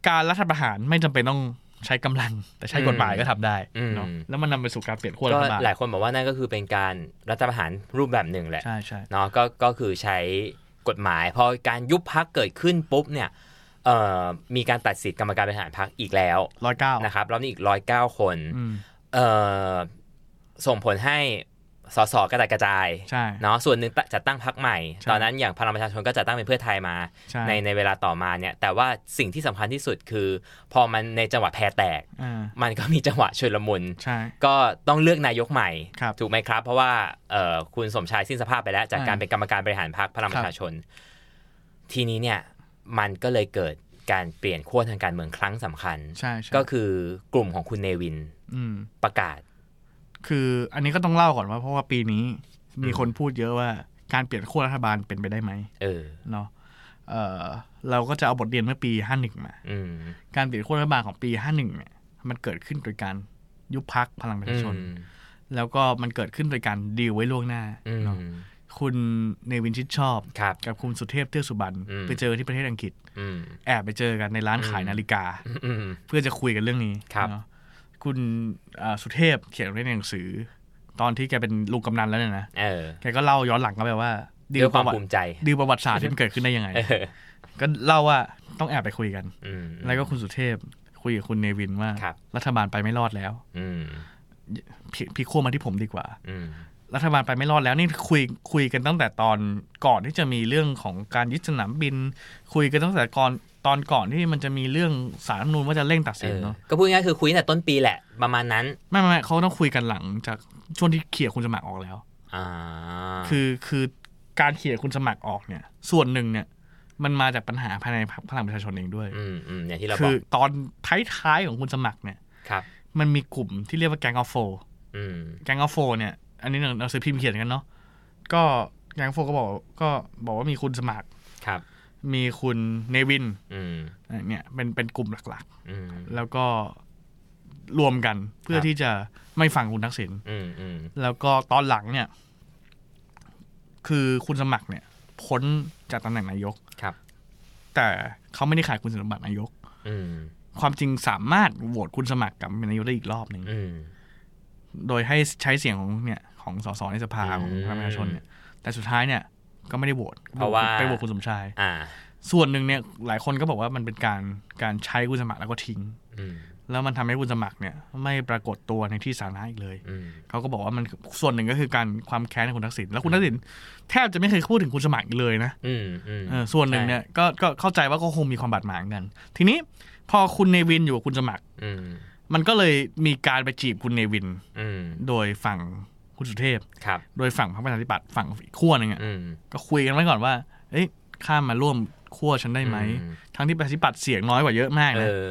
การรัฐประหารไม่จำเป็นต้องใช้กำลัง แต่ใช้กฎหมายก็ทำได้ อืม เนาะแล้วมันนำไปสู่การเปลี่ยนขั้วรั ก็ ฐบาล หลายคนบอกว่านั่นก็คือเป็นการรัฐประหารรูปแบบหนึ่งแหละ ใช่ใช่ เนาะก็ก็คือใช้กฎหมาย พอการยุบพักเกิดขึ้นปุ๊บเนี่ยเอ่อมีการตัดสิทธิ์กรรมการบริหารพักอีกแล้ว ร้อยเก้า นะครับรอบนี้อีกร้อยเก้าคน อืม เอ่อส่งผลให้สสกระจัดกระจาย ใช่ เนาะส่วนหนึ่งตจัดตั้งพักใหม่ ใช่ ตอนนั้นอย่างพลังประชาชนก็จัดตั้งเป็นเพื่อไทยมา ช่ ในในเวลาต่อมาเนี่ยแต่ว่าสิ่งที่สำคัญที่สุดคือ พอมันในจังหวะแพรแตก อ่า มันก็มีจังหวะชุลมุน ใช่ ก็ต้องเลือกนายกใหม่ ครับ ถูกไหมครับ เพราะว่าเอ่อคุณสมชายสิ้นสภาพไปแล้ว จาก อ่า การเป็นกรรมการบริหารพรรคพลังป ครัระบชาชน ทีนี้เนี่ยมันก็เลยเกิดการเปลี่ยนขั้วทางการเมืองครั้งสำคัญ ใช่ใช่ ก็คือกลุ่มของคุณเนวิน อืม ประกาศ คืออันนี้ก็ต้องเล่าก่อนว่า เพราะว่าปีนี้มีคนพูดเยอะว่าการเปลี่ยนขั้วรัฐบาลเป็นไปได้ไหม เออ เนาะเออเราก็จะเอาบทเรียนเมื่อปี 51 มา อืม การเปลี่ยนขั้วรัฐบาลของปี 51 เนี่ย มันเกิดขึ้นโดยการยุบพักพลังประชาชน อืม แล้วก็มันเกิดขึ้นโดยการดีลไว้ล่วงหน้า อื เนาะ ม คุณเนวินชิดชอบ ครับ กับคุณสุเทพเทือกสุบรรณ อืม ไปเจอที่ประเทศอังกฤษ อืม แอบไปเจอกันในร้านขาย อืม นาฬิกา อืม เพื่อจะคุยกันเรื่องนี้ ครับ เนอะคุณอ่าสุเทพเขียนไว้ในหนังสือ ตอนที่แกเป็นลุงกำนันแล้วเนี่ยนะ เออ แกก็เล่าย้อนหลังกันไปว่าดี ด้ ล วยค ป วา ระ ม วัติ ภูมิใจ ดีลประวัติศาสตร์ที่มันเกิดขึ้นได้ยังไง เออ ก็เล่าว่าต้องแอบไปคุยกัน อืม แล้วก็คุณสุเทพคุยกับคุณเนวินว่า ครับ รัฐบาลไปไม่รอดแล้ว อืม พพี่ขั้วมาที่ผมดีกว่า อืม รัฐบาลไปไม่รอดแล้วนี่คุยคุยกันตั้งแต่ตอนก่อนที่จะมีเรื่องของการยึดสนามบิน คุยกันตั้งแต่ก่อนตอนก่อนที่มันจะมีเรื่องสารรัฐธรรมนูนว่าจะเร่งตัด เอ สิน อ เนาะ ก็พูดง่ายๆคือคุยตั้งแต่ต้นปีแหละ ประมาณนั้น ไม่ไม่ไม่เขาต้องคุยกันหลังจากช่วงที่เขี่ยคุณสมัครออกแล้ว อ่า คือคือการเขียนคุณสมัครออกเนี่ย ส่วนหนึ่งเนี่ยมันมาจากปัญหาภายในพรรคพลังประชาชนเองด้วย อืมอืมอย่างที่เราบ คืออก ตอนท้ายๆของคุณสมัครเนี่ย ครับ มันมีกลุ่มที่เรียกว่าแก๊งออฟโฟ อืม แก๊งออฟโฟเนี่ย อันนี้เราซื้อพิมพ์เขียนกันเนาะก็แก๊งออฟโฟก็บอกก็บอกว่ามีคุณสมัคร ครับ มีคุณเนวิน อืม อ่ะเนี่ยเป็นเป็นกลุ่มหลัก อืม ๆ แล้วก็รวมกันเพื่คอรับ ที่จะไม่ฟังคุณทักษิณ อืมอืม แล้วก็ตอนหลังเนี่ย คือคุณสมัครเนี่ยพ้นจากตำแหน่งนายก ครับ แต่เขาไม่ได้ขายคุณสมบัตินายก อืม ความจริงสามารถโหวตคุณสมัครกลับมาเป็นนายกได้อีกรอบหนึ่ง อืม โดยให้ใช้เสียงของเนี่ยของสสในสภาของพลังประชาชนเนี่ยแต่สุดท้ายเนี่ย ก็ไม่ได้โหวต เพราะว่า ไปโหวตคุณสมชาย อ่า ส่วนหนึ่งเนี่ยหลายคนก็บอกว่ามันเป็นการการใช้คุณสมัครแล้วก็ทิ้ง อืม แล้วมันทำให้คุณสมัครเนี่ย ไม่ปรากฏตัวในที่สาธารณะอีกเลย อืม เขาก็บอกว่ามันส่วนหนึ่งก็คือการความแค้นของคุณทักษิณแล้วคุณทักษิณแทบจะไม่เคยพูดถึงคุณสมัครอีกเลยนะ อืมอืม เออส่วนหนึ่งเนี่ยก็ก็เข้าใจว่าก็คงมีความบาดหมางกัน ทีนี้พอคุณเนวินอยู่กับคุณสมัคร อืม มันก็เลยมีการไปจีบคุณเนวิน อืม โดยฝั่งคุณสุเทพ ครับ โดยฝั่งพรรคประชาธิปัตย์ฝั่งอีกขั้วหนึ่งอ่ะ อืม ก็คุยกันไว้ก่อนว่า เอ้ยข้ามมาร่วมขั้วฉันได้ไหม อืม ทั้งที่ประชาธิปัตย์เสียงน้อยกว่าเยอะมาก เอ นะ อ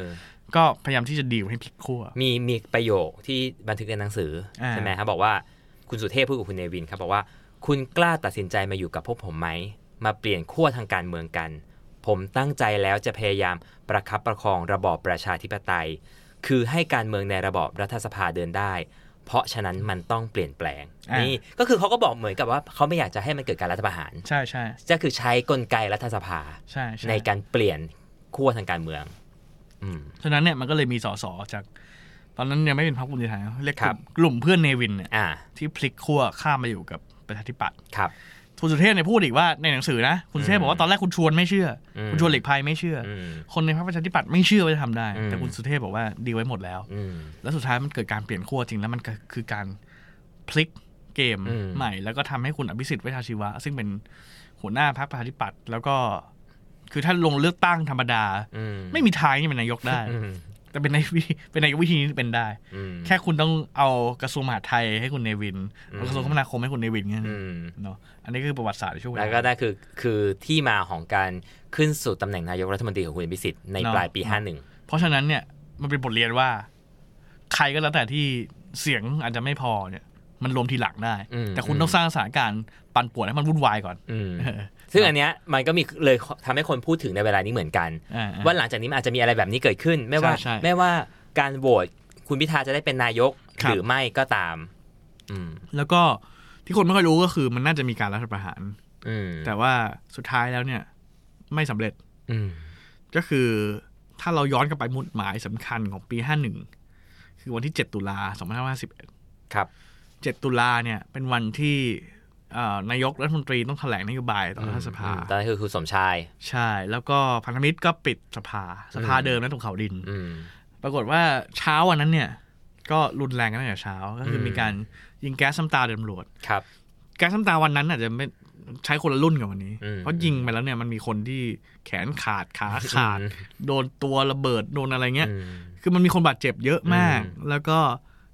ก็พยายามที่จะดีลให้พลิกขั้ว มี มีประโยคที่บันทึกในหนังสือ อ่า ใช่ไหมครับ บอกว่า คุณสุเทพพูดกับคุณเนวินครับ บอกว่า คุณกล้าตัดสินใจมาอยู่กับพวกผมไหม มาเปลี่ยนขั้วทางการเมืองกัน ผมตั้งใจแล้วจะพยายามประคับประคองระบอบประชาธิปไตย คือให้การเมืองในระบอบรัฐสภาเดินได้ เพราะฉะนั้นมันต้องเปลี่ยนแปลง อ่านี่ นี่ ก็คือเขาก็บอกเหมือนกับว่าเขาไม่อยากจะให้มันเกิดการรัฐประหาร ใช่ใช่ ก็คือใช้กลไกรัฐสภา ใช่ช่ ในการเปลี่ยนขั้วทางการเมือง อืม ฉะนั้นเนี่ยมันก็เลยมีสสจาก ตอนนั้นยังไม่เป็นพรรคภูมิใจไทยนะเรียกก ครั ลุ่ บ มกลุ่มเพื่อนเนวินเนี่ย อ่า ที่พลิกขั้วข้ามมาอยู่กับประชาธิปัตย์ ครับ คุณสุเทพเนี่ยพูดอีกว่าในหนังสือนะคุณสุเทพ อืม บอกว่าตอนแรกคุณชวนไม่เชื่ออ ม คุณชวนหลีกภัยไม่เชื่ออ อืม คนในพรรคประชาธิปัตย์ไม่เชื่อว่าจะทำได้ อืม แต่คุณสุเทพบอกว่าดีไว้หมดแล้ว อืม แล้วสุดท้ายมันเกิดการเปลี่ยนขั้วจริงแล้วมันก็คือการพลิกเกม อืม ใหม่ แล้วก็ทำให้คุณอภิสิทธิ์เวชชาชีวะ ซึ่งเป็นหัวหน้าพรรคประชาธิปัตย์แล้วก็คือถ้าลงเลือกตั้งธรรมดา อืม ไม่มีทางที่เป็นนายกได้ อืม แต่เป็นในวิธีเป็นในวิธีนี้เป็นได้ อืม แค่คุณต้องเอากระทรวงมหาดไทยให้คุณเนวิน อืม เอากระทรวงคมนาคมให้คุณเนวินเงี้ย อืม เนาะอันนี้คือประวัติศาสตร์ในช่วงเว แล้ว ลา ก็นั่นคือคือที่มาของการขึ้นสู่ตำแหน่งนายกรัฐมนตรีของคุณอภิสิทธิ์ใน เนาะ ปลายปี 51 เพราะฉะนั้นเนี่ยมันเป็นบทเรียนว่า ใครก็แล้วแต่ที่เสียงอาจจะไม่พอเนี่ย มันรวมทีหลังได้ อืม แต่คุณต้องสร้างสถานการณ์ปั่นป่วนให้มันวุ่นวายก่อน อืม เออ ซึ่งอันเนี้ยมันก็มีเลยทำให้คนพูดถึงในเวลานี้เหมือนกัน <laughs> อ่าอ่า ว่าหลังจากนี้มันอาจจะมีอะไรแบบนี้เกิดขึ้น ไม่ว่า ใช่ใช่ ไม่ว่าการโหวตคุณพิธาจะได้เป็นนายก คหรับรือไม่ก็ตาม อืม แล้วก็ที่คนไม่ค่อยรู้ก็คือมันน่าจะมีการรัฐประหาร อืม แต่ว่าสุดท้ายแล้วเนี่ย ไม่สำเร็จ อืม ก็คือท ถ้าเราย้อนกลับไปหมุดหมายสำคัญของปี 51 คือวันที่ 7 ตุลา2551 ครับ 7 ตุลาเนี่ยเป็นวันที่เอ่อนายกรัฐมนตรีต้องแถลงนโยบายต่อรัฐสภา อืมตอนนั้นคือคุณสมชาย ใช่ แล้วก็พันธมิตรก็ปิดสภาสภา อืม เดิมนะตรงเขาดิน อืม ปรากฏว่าเช้าวันนั้นเนี่ย ก็รุนแรงกันตั้งแต่เช้า ก็คืออ ม มีการยิงแก๊สซ้ำตาเดิมรวจ ครับ แก๊สซ้ำตาวันนั้นอาจจะไม่ใช้คนละรุ่นกับวันนี้ อืม เพราะยิงไปแล้วเนี่ยมันมีคนที่แขนขาดขาขาด อืม โดนตัวระเบิดโดนอะไรเงี้ย อืม คือมันมีคนบาดเจ็บเยอะมาก อืม แล้วก็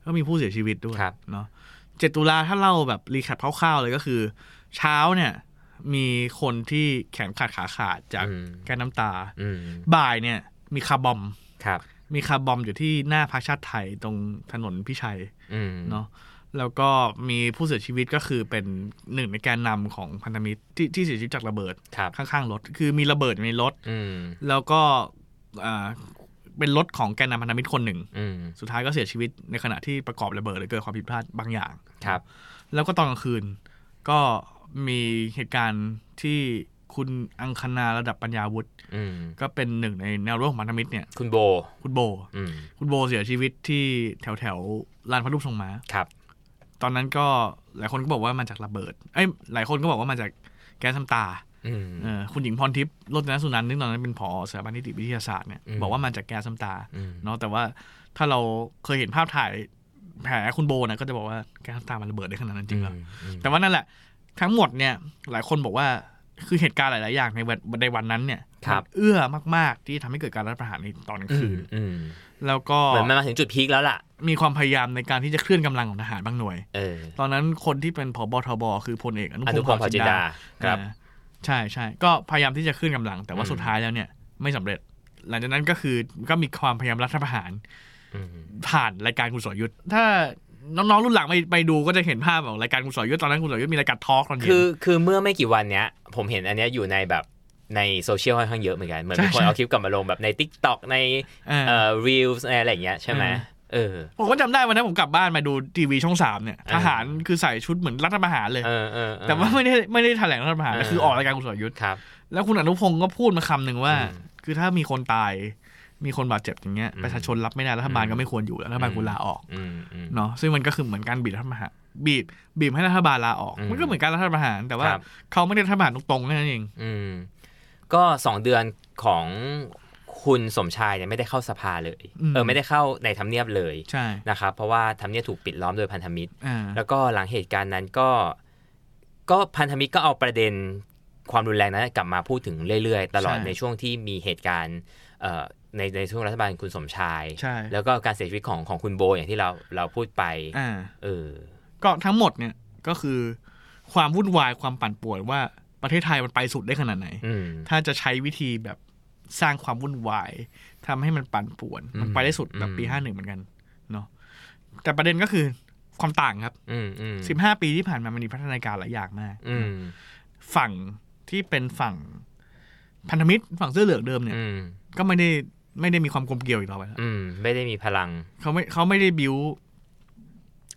ก็มีผู้เสียชีวิตด้วย ครับ เนาะเจ็ดตุลาถ้าเล่าแบบรีแคปคร่าวๆเลยก็คือ เช้าเนี่ยมีคนที่แขนขาดขาขาดจาก อืม แก๊สน้ำตา อืม บ่ายเนี่ยมีคาร์บอม ครับ มีคาร์บอมอยู่ที่หน้าพักชาติไทยตรงถนนพิชัย อืม เนาะแล้วก็มีผู้เสียชีวิตก็คือเป็นหนึ่งในแกนนำของพันธมิตรที่ที่เสียชีวิตจากระเบิด ครับ ข้างๆรถ คือมีระเบิดอยู่ในรถ อืม แล้วก็อ่าเป็นรถของแกนนำพันธมิตรคนหนึ่ง อืม สุดท้ายก็เสียชีวิตในขณะที่ประกอบระเบิดหรือเกิดความผิดพลาดบางอย่าง ครับ แล้วก็ตอนกลางคืน ก็มีเหตุการณ์ที่คุณอังคณาระดับปัญญาวุฒิ อืม ก็เป็นหนึ่งในแนวร่วมของพันธมิตรเนี่ย คุณโบ คุณโบ อืม คุณโบเสียชีวิตที่แถวแถวๆลานพระรูปทรงม้า ครับ ตอนนั้นก็หลายคนก็บอกว่ามาจากระเบิด เอ้ยหลายคนก็บอกว่ามาจากแก๊สน้ำตา อืม เออคุณหญิงพรทิพย์รจนสุนันท์ซึ่งตอนนั้นเป็นผอสถาบันนิติวิทยาศาสตร์เนี่ย อืม บอกว่ามาจากแก๊สน้ำตา อืม เนาะแต่ว่าถ้าเราเคยเห็นภาพถ่ายแผลคุณโบนะก็จะบอกว่าแก๊สน้ำตามันระเบิดได้ขนาดนั้นจริงเหรออ ม แต่ว่านั่นแหละทั้งหมดเนี่ยหลายคนบอกว่าคือเหตุการณ์หลาย ๆ อย่างในวันในวันนั้นเนี่ยมันเอื้อมาก ๆ ที่ทำให้เกิดการรัฐประหารในตอนกลางคืน อืม แล้วก็ เหมือนมันมาถึงจุดพีคแล้วล่ะ มีความพยายามในการที่จะเคลื่อนกำลังของทหารบางหน่วย เออ ตอนนั้นคนที่เป็นผบทบคือพลเอกอนุ อ พ นุ งศ์ พงศ์เผ่าจินดาครับ อ่าใช่ใช่ก็พยายามที่จะเคลื่อนกำลัง แต่ว่า อืม สุดท้ายแล้วเนี่ยไม่สำเร็จ หลังจากนั้นก็คือก็มีความพยายามรัฐประหาร อืม ผ่านรายการคุณสรยุทธ์ถ้าน้องๆรุ่นหลังไปไปดูก็จะเห็นภาพของรายการคุณสรยุทธ์ตอนนั้นคุณสรยุทธ์มีรายการทอล์กตอนเย็น คือคือเมื่อไม่กี่วันเนี้ย ผมเห็นอันเนี้ยอยู่ในแบบในโซเชียลค่อนข้างเยอะเหมือนกัน เหมือนมีคน ใช่ เอาคลิปกลับมาลงแบบใน t ิ k t o k ใน อ่า เอ่อ reels อะไรอย่างเงี้ยใช่ไหม อ่า เออ ผมก็จำได้วันนั้นผมกลับบ้านมาดูทีวีช่องสามเนี่ยทหารคือใส่ชุดเหมือนรัฐประหารเลย เออเออเออ แต่ว่า <laughs> ไม่ได้ไม่ได้แถลงรัฐประหารนะ เออ คือออกรายการคุณสรยุทธ์ ครับ แล้วคุณอนุพงศ์ก็พูดมาคำหนึ่งว่า อืม คือถ้ามีคนตาย มีคนบาดเจ็บอย่างเงี้ย อืม ประชาชนรับไม่ได้รัฐบาล อืม ก็ไม่ควรอยู่แล้วรัฐบาลควรลาออก อืมอืม เนาะซึ่งมันก็คือเหมือนการบีบรัฐประหารบีบบีบให้รัฐบาลลาออก อืม มันก็เหมือนการรัฐประหาร แต่ว่า ครับ เขาไม่ได้รัฐประหารตรงๆนั่นเอง อืมก็สองเดือนของคุณสมชายเนี่ยไม่ได้เข้าสภาเลย เออไม่ได้เข้าในทำเนียบเลย ใช่ นะครับเพราะว่าทำเนียบถูกปิดล้อมโดยพันธมิตร อ่า แล้วก็หลังเหตุการณ์นั้นก็ก็พันธมิตรก็เอาประเด็นความรุนแรงนั้นกลับมาพูดถึงเรื่อยๆ ตลอดในช่วงที่มีเหตุการณ์เอ่อในในช่วงรัฐบาลคุณสมชาย ใช่ แล้วก็การเสียชีวิตของของคุณโบอย่างที่เราเราพูดไป อ่า เออ ก็ทั้งหมดเนี่ยก็คือความวุ่นวายความปั่นป่วนว่าประเทศไทยมันไปสุดได้ขนาดไหน อืม ถ้าจะใช้วิธีแบบสร้างความวุ่นวายทำให้มันปั่นป่วน อืม มันไปได้สุดแบบปี อืม ห้าหนึ่งเหมือนกันเนาะแต่ประเด็นก็คือความต่างครับ อืมอืม สิบห้าปีที่ผ่านมามันมีพัฒนาการหลายอย่างมาก อืม ฝั่งที่เป็นฝั่งพันธมิตรฝั่งเสื้อเหลืองเดิมเนี่ย อืม ก็ไม่ได้ไม่ได้มีความกลมเกลียวอีกต่อไปแล้ว อืมไม่ได้มีพลัง เขาไม่เขาไม่ได้บิว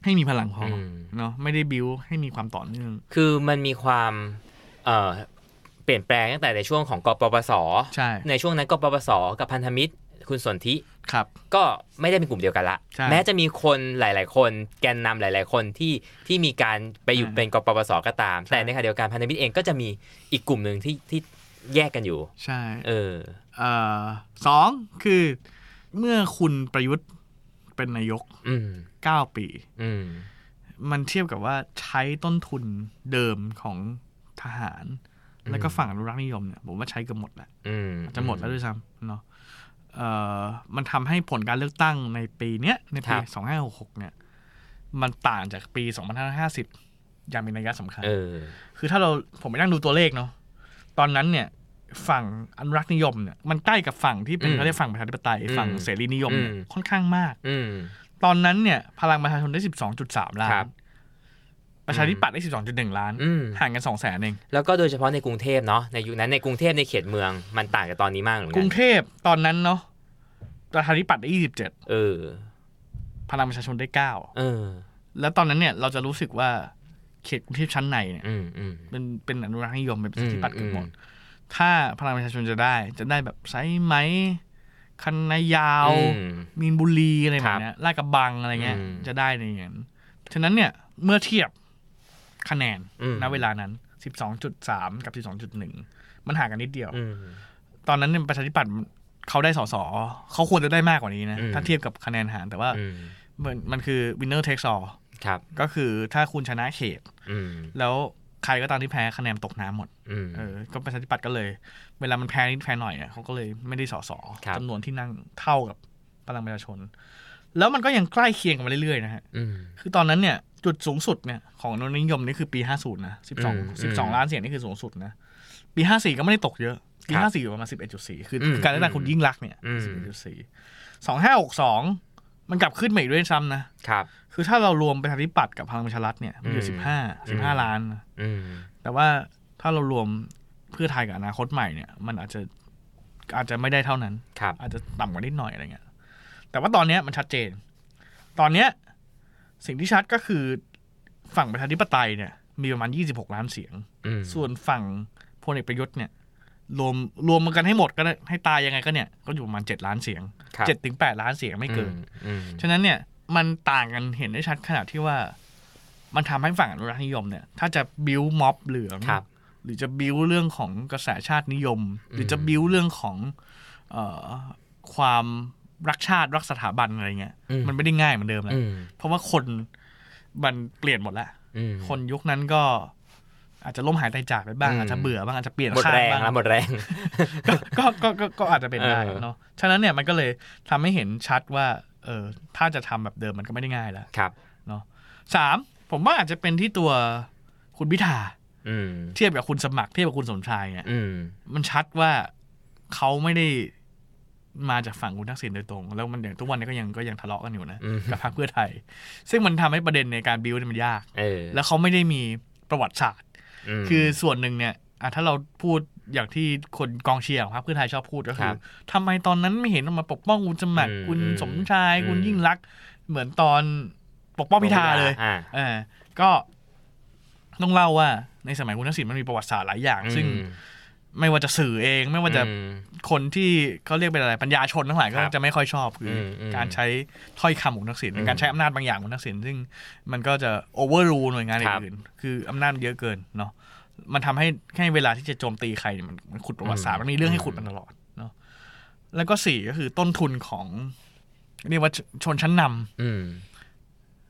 ให้มีพลังพออ อืม เนาะไม่ได้บิวให้มีความต่อเนื่อง คือมันมีความเอ่อเปลี่ยนแปลงตั้งแต่ในช่วงของกปปส ใช่ ในช่วงนั้นกปปส กับพันธมิตร คุณสนธิ ครับ ก็ไม่ได้เป็นกลุ่มเดียวกันละ ใช่ แม้จะมีคนหลาย ๆ คนแกนนำหลาย ๆ คนที่ที่มีการไปอยู่ อ่า เป็นกปปส ก็ตาม แต่ในขณะเดียวกันพันธมิตรเองก็จะมีอีกกลุ่มหนึ่งที่ที่แยกกันอยู่ ใช่ เออ เอ่อสองคือเมื่อคุณประยุทธ์เป็นนายก อืม 9 ปี อืม มันเทียบกับว่าใช้ต้นทุนเดิมของทหาร อืม แล้วก็ฝั่งอนุรักษ์นิยมเนี่ยผมว่าใช้เกันหมดแหละ อืม จะหมดแล้วด้วยซ้ำเนาะเอ่อมันทำให้ผลการเลือกตั้งในปีเนี้ยในปี 2566 เนี่ย มันต่างจากปี 2550 อย่างมีนัยสำคัญ เออ คือถ้าเราผมไปนั่งดูตัวเลขเนาะตอนนั้นเนี่ย ฝั่งอนุรักษ์นิยมเนี่ยมันใกล้กับฝั่งที่เป็น อืม เขาเรียกฝั่งประชาธิปไตย อืม ฝั่งเสรีนิยมเนี่ย อืม ค่อนข้างมาก อืม ตอนนั้นเนี่ยพลังประชาชนได้ 12.3 ล้า ครั น บ ประชาธิปัตย์ได้ 12.1 ล้าน อืม ห่างกัน 2 0 0แสนเอง แล้วก็โดยเฉพาะในกรุงเทพเนาะในยุคนั้นในกรุงเทพในเขตเมืองมันต่างกับตอนนี้มากเหมือน ก กั รุ น งเทพตอนนั้นเนาะประชาธิปัตย์ได้ 27 เออ พลังประชาชนได้ เออ 9 แล้วตอนนั้นเนี่ยเราจะรู้สึกว่าเขตกรุงเทพชั้นในเนี่ย อืมอืม เป็นเป็นอนุรักษ์นิยมเป็นประชาธิปัตย์ อืม เกันหมด อืม ถ้าพลังประชาชนจะได้จะได้แบบไซส์ไหม คันนายาว อืม มีนบุรีอะไร ค แบ รั บบ เนี้ยลาดกระบังอะไรเงี้ย อืม จะได้ในอย่างนั้นฉะนั้นเนี่ยเมื่อเทียบคะแนน อืม ณเวลานั้น 12.3 กับ 12.1 มันห่างกันนิดเดียว อืม ตอนนั้นเนี่ยประชาธิปัตย์เขาได้สสเขาควรจะได้มากกว่านี้นะ อืม ถ้าเทียบกับคะแนนหารแต่ว่า อืม มันมันคือ winner takes all ครับ ก็คือถ้าคุณชนะเขต อืม แล้วใครก็ตามที่แพ้คะแนนตกน้ำหมด อืม เออ ก็ประชาธิปัตย์ก็เลย เวลามันแพ้นิดแพ้หน่อยอะเขาก็เลยไม่ได้สอสอ ครับ จำนวนที่นั่งเท่ากับพลังประชาชน แล้วมันก็ยังใกล้เคียงกันมาเรื่อยๆนะฮะ อืม คือตอนนั้นเนี่ยจุดสูงสุดเนี่ยของนนนิยมนี่คือปี 50 นะ อืม 12 อืม 12 ล้านเสียงนี่คือสูงสุดนะ ปี 54 ก็ไม่ได้ตกเยอะ ปี ครับ 54 อยู่ประมาณ 11.4 คืออ ม การเลือกตั้งคุณยิ่งรักษณ์เนี่ย อืม 11.4 2562 มันกลับขึ้นมาอีกด้วยซ้ำนะ ครับ คือถ้าเรารวมประชาธิปัตย์กับพลังประชารัฐเนี่ยมันอยู่ อืม 15 อืม 15 ล้านนะ อืม แต่ว่าถ้าเรารวมเพื่อไทยกับอนาคตใหม่เนี่ย มันอาจจะอาจจะไม่ได้เท่านั้น ครับ อาจจะต่ำกว่านิดหน่อยอะไรเงี้ยแต่ว่าตอนเนี้ยมันชัดเจน ตอนเนี้ยสิ่งที่ชัดก็คือฝั่งประชาธิปไตยเนี่ย มีประมาณ 26 ล้านเสียง อืม ส่วนฝั่งพลเอกประยุทธ์เนี่ย รวมรวมมันกันให้หมดก็ได้ให้ตายยังไงก็เนี่ย ก็อยู่ประมาณ 7 ล้านเสียง ครับ 7ถึง8ล้านเสียงไม่เกิน อืม ฉะนั้นเนี่ยมันต่างกันเห็นได้ชัดขนาดที่ว่า มันทำให้ฝั่งอนุรักษนิยมเนี่ย ถ้าจะบิวม็อบเหลือง ครับ หรือจะบิวเรื่องของกระแสชาตินิยม หรือจะบิวเรื่องของเออความรักชาติรักสถาบันอะไรเงี้ย อืม มันไม่ได้ง่ายเหมือนเดิมแล้ว อืม เพราะว่าคนมันเปลี่ยนหมดแล้ว อืม คนยุคนั้นก็อาจจะล่มหายใจจากไปบ้าง อืม อาจจะเบื่อบ้างอาจจะเปลี่ยน หมด ข้าง แรง บ้าง แล้วหมดแรง ก็ก็ก็ก็ก็อาจจะเป็นได้ เออ เนาะ ฉะนั้นเนี่ยมันก็เลยทำให้เห็นชัดว่า เออถ้าจะทำแบบเดิมมันก็ไม่ได้ง่ายแล้ว ครับ เนาะสามผมว่าอาจจะเป็นที่ตัวคุณพิธา อืม เทียบกับคุณสมัครเทียบกับคุณสมชายเนี่ย อืม มันชัดว่าเขาไม่ได้มาจากฝั่งคุณทักษิณโดยตรง แล้วมันอย่างทุกวันนี้ก็ยังก็ยังทะเลาะกันอยู่นะ อืม กับพรรคเพื่อไทย ซึ่งมันทำให้ประเด็นในการบิวเนี่ยมันยาก เออ แล้วเขาไม่ได้มีประวัติศาสตร์ ม คือส่วนหนึ่งเนี่ยอ่ะถ้าเราพูดอย่างที่คนกองเชียร์ของพรรคเพื่อไทยชอบพูดก็คื ครั อบ ทำไมตอนนั้นไม่เห็นออกมาปกป้องคุณสมัคร อืม คุณ อืม สมชาย คุณ อืม ยิ่งรักษณ์เหมือนตอนปกป้องพิธาเลย อ่า เออก็ต้องเล่าว่าในสมัยคุณทักษิณมันมีประวัติศาสตร์หลายอย่าง ซึ่งไม่ว่าจะสื่อเอง ไม่ว่าจะคนที่เขาเรียกเป็นอะไรปัญญาชนทั้งหลายก็ ครับ จะไม่ค่อยชอบคืออ มอืม การใช้ถ้อยคำของทักษิณ อืม การใช้อำนาจบางอย่างของทักษิณซึ่งมันก็จะโอเวอร์รูหน่วยงาน ครับ อื่นๆคืออำนาจมันเยอะเกินเนาะมันทำให้แค่เวลาที่จะโจมตีใครเนี่ยมันมันขุดประวัติศาสตร์มันมีเรื่องให้ขุดมันตลอดเนาะแล้วก็สี่ก็คือต้นทุนของเรียกว่าชนชั้นนำ อืม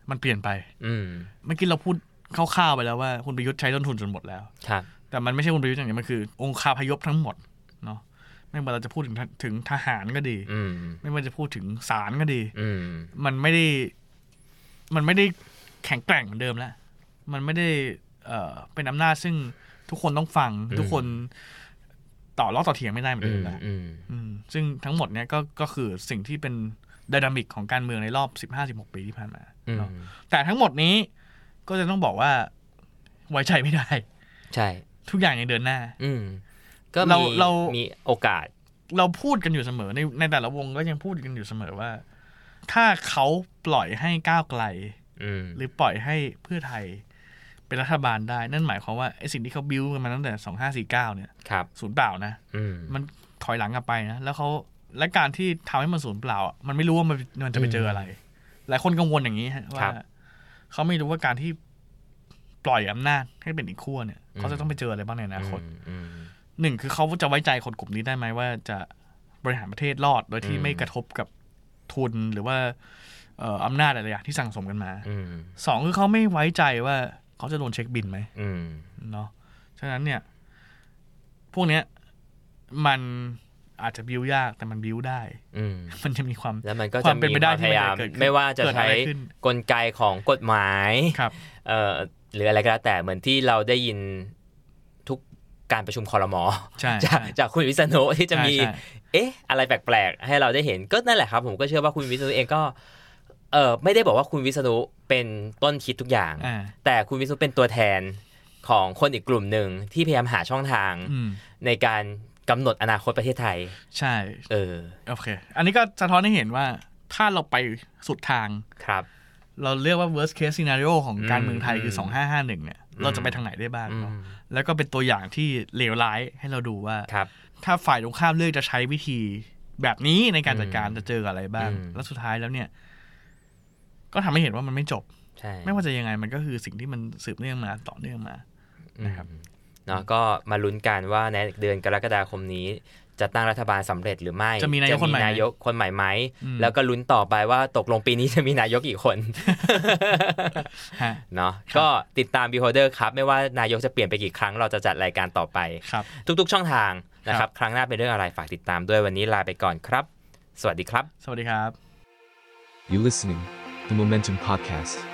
มันเปลี่ยนไป อืม เมื่อกี้เราพูดคร่าวๆไปแล้วว่าคุณประยุทธ์ใช้ต้นทุนจนหมดแล้ว ครับ แต่มันไม่ใช่คุณประยุทธ์อย่างเดียวมันคือองค์คาพยพทั้งหมดเนาะไม่ว่าเราจะพูดถึงทะถึงทหารก็ดี อืม ไม่ว่าจะพูดถึงศาลก็ดี อืม มันไม่ได้ มันไม่ได้แข็งแกร่งเหมือนเดิมแล้ว มันไม่ได้ เอ่อเป็นอำนาจซึ่งทุกคนต้องฟัง อืม ทุกคนต่อล้อต่อเถียงไม่ได้เหมือน อื เดิ ม มแล้ว อืม อืมซึ่งทั้งหมดเนี่ยก็ก็คือสิ่งที่เป็นดินามิกของการเมืองในรอบ 15-16 ปีที่ผ่านมา อืม เนาะแต่ทั้งหมดนี้ก็จะต้องบอกว่าไว้ใจไม่ได้ <laughs> ใช่ ทุกอย่างยังเดินหน้า อืม ก็ เรา มี เรามี มีโอกาส เราพูดกันอยู่เสมอในในแต่ละวงก็ยังพูดกันอยู่เสมอว่า ถ้าเขาปล่อยให้ก้าวไกล อืม หรือปล่อยให้เพื่อไทยเป็นรัฐบาลได้ นั่นหมายความว่าไอ้สิ่งที่เขาบิ้วกันมาตั้งแต่สองห้าสี่เก้าเนี่ย ครับ ศูนย์เปล่านะ อืม มันถอยหลังกลับไปนะ แล้วเขาและการที่ทำให้มันศูนย์เปล่าอะมันไม่รู้ว่ามันมันจะไปเจออะไร หลายคนกังวลอย่างนี้ฮะ ครั ว่า บ เขาไม่รู้ว่าการที่ปล่อยอำนาจให้เป็นอีกขั้วเนี่ย อืม เขาจะต้องไปเจออะไรบ้างในอนาคต อืม หนึ่งคือเขาจะไว้ใจคนกลุ่มนี้ได้ไหมว่าจะบริหารประเทศรอด โดยที่ อืม ไม่กระทบกับทุนหรือว่าเอ่ออำนาจอะไรอย่างที่สั่งสมกันมา อืม สองคือเขาไม่ไว้ใจว่าเขาจะโดนเช็คบินไหม อืม เนาะฉะนั้นเนี่ย พวกเนี้ยมันอาจจะบิวยากแต่มันบิวได้ <laughs> อืม มันจะมีความ แล้วมันก็จะความเป็ มี นไป ค ได้ วามพที่มัยานจะ ยาม เกิดขึ้น ไม่ว่าจะ เกิดอะไร ใช้ ขึ้น กลไกของกฎหมาย ครับ เอ่อหรืออะไรก็แล้วแต่เหมือนที่เราได้ยินทุกการประชุมคอรมอ ใช่ <laughs> จาก ใช่ จากคุณวิษณุที่จะ ใช่ มี ใช่ เอ๊ะ อะไรแปลกๆ ให้เราได้เห็นก็นั่นแหละครับ ผมก็เชื่อว่าคุณวิษณุเองก็เออไม่ได้บอกว่าคุณวิษณุเป็นต้นคิดทุกอย่าง อ่า แต่คุณวิษณุเป็นตัวแทนของคนอีกกลุ่มหนึ่งที่พยายามหาช่องทาง อืม ในการกำหนดอนาคตประเทศไทย ใช่ เออ โอเค อันนี้ก็สะท้อนให้เห็นว่าถ้าเราไปสุดทาง ครับ เราเรียกว่า worst case scenario ของการเมืองไทยคือ อืม 2551 เนี่ย เราจะไปทางไหนได้บ้าง อื เนาะ ม แล้วก็เป็นตัวอย่างที่เลวร้ายให้เราดูว่า ครับ ถ้าฝ่ายตรงข้ามเลือกจะใช้วิธี แบบนี้ในการจัดการ อืม จะเจออะไรบ้าง อืม แล้วสุดท้ายแล้วเนี่ย ก็ทำให้เห็นว่ามันไม่จบ ใช่ ไม่ว่าจะยังไงมันก็คือสิ่งที่มันสืบเนื่องมาต่อเนื่องมา นะครับ อืมเนาะก็มาลุ้นกันว่าในเดือนกรกฎาคมนี้ จะตั้งรัฐบาลสำเร็จหรือไม่ จะมีนายกคนใหม่ไหม ยกคนใหม่ไหม อืม แล้วก็ลุ้นต่อไปว่าตกลงปีนี้จะมีนายกกี่คน ฮะ เนาะก็ติดตาม Beholder ครับ ไม่ว่านายกจะเปลี่ยนไปกี่ครั้งเราจะจัดรายการต่อไป ครับ ทุกๆ ช่องทางนะค ครั รับ บ ครั้งหน้าเป็นเรื่องอะไรฝากติดตามด้วยวันนี้ลาไปก่อนครับ สวัสดีครับ สวัสดีครับ You listening, the Momentum Podcast.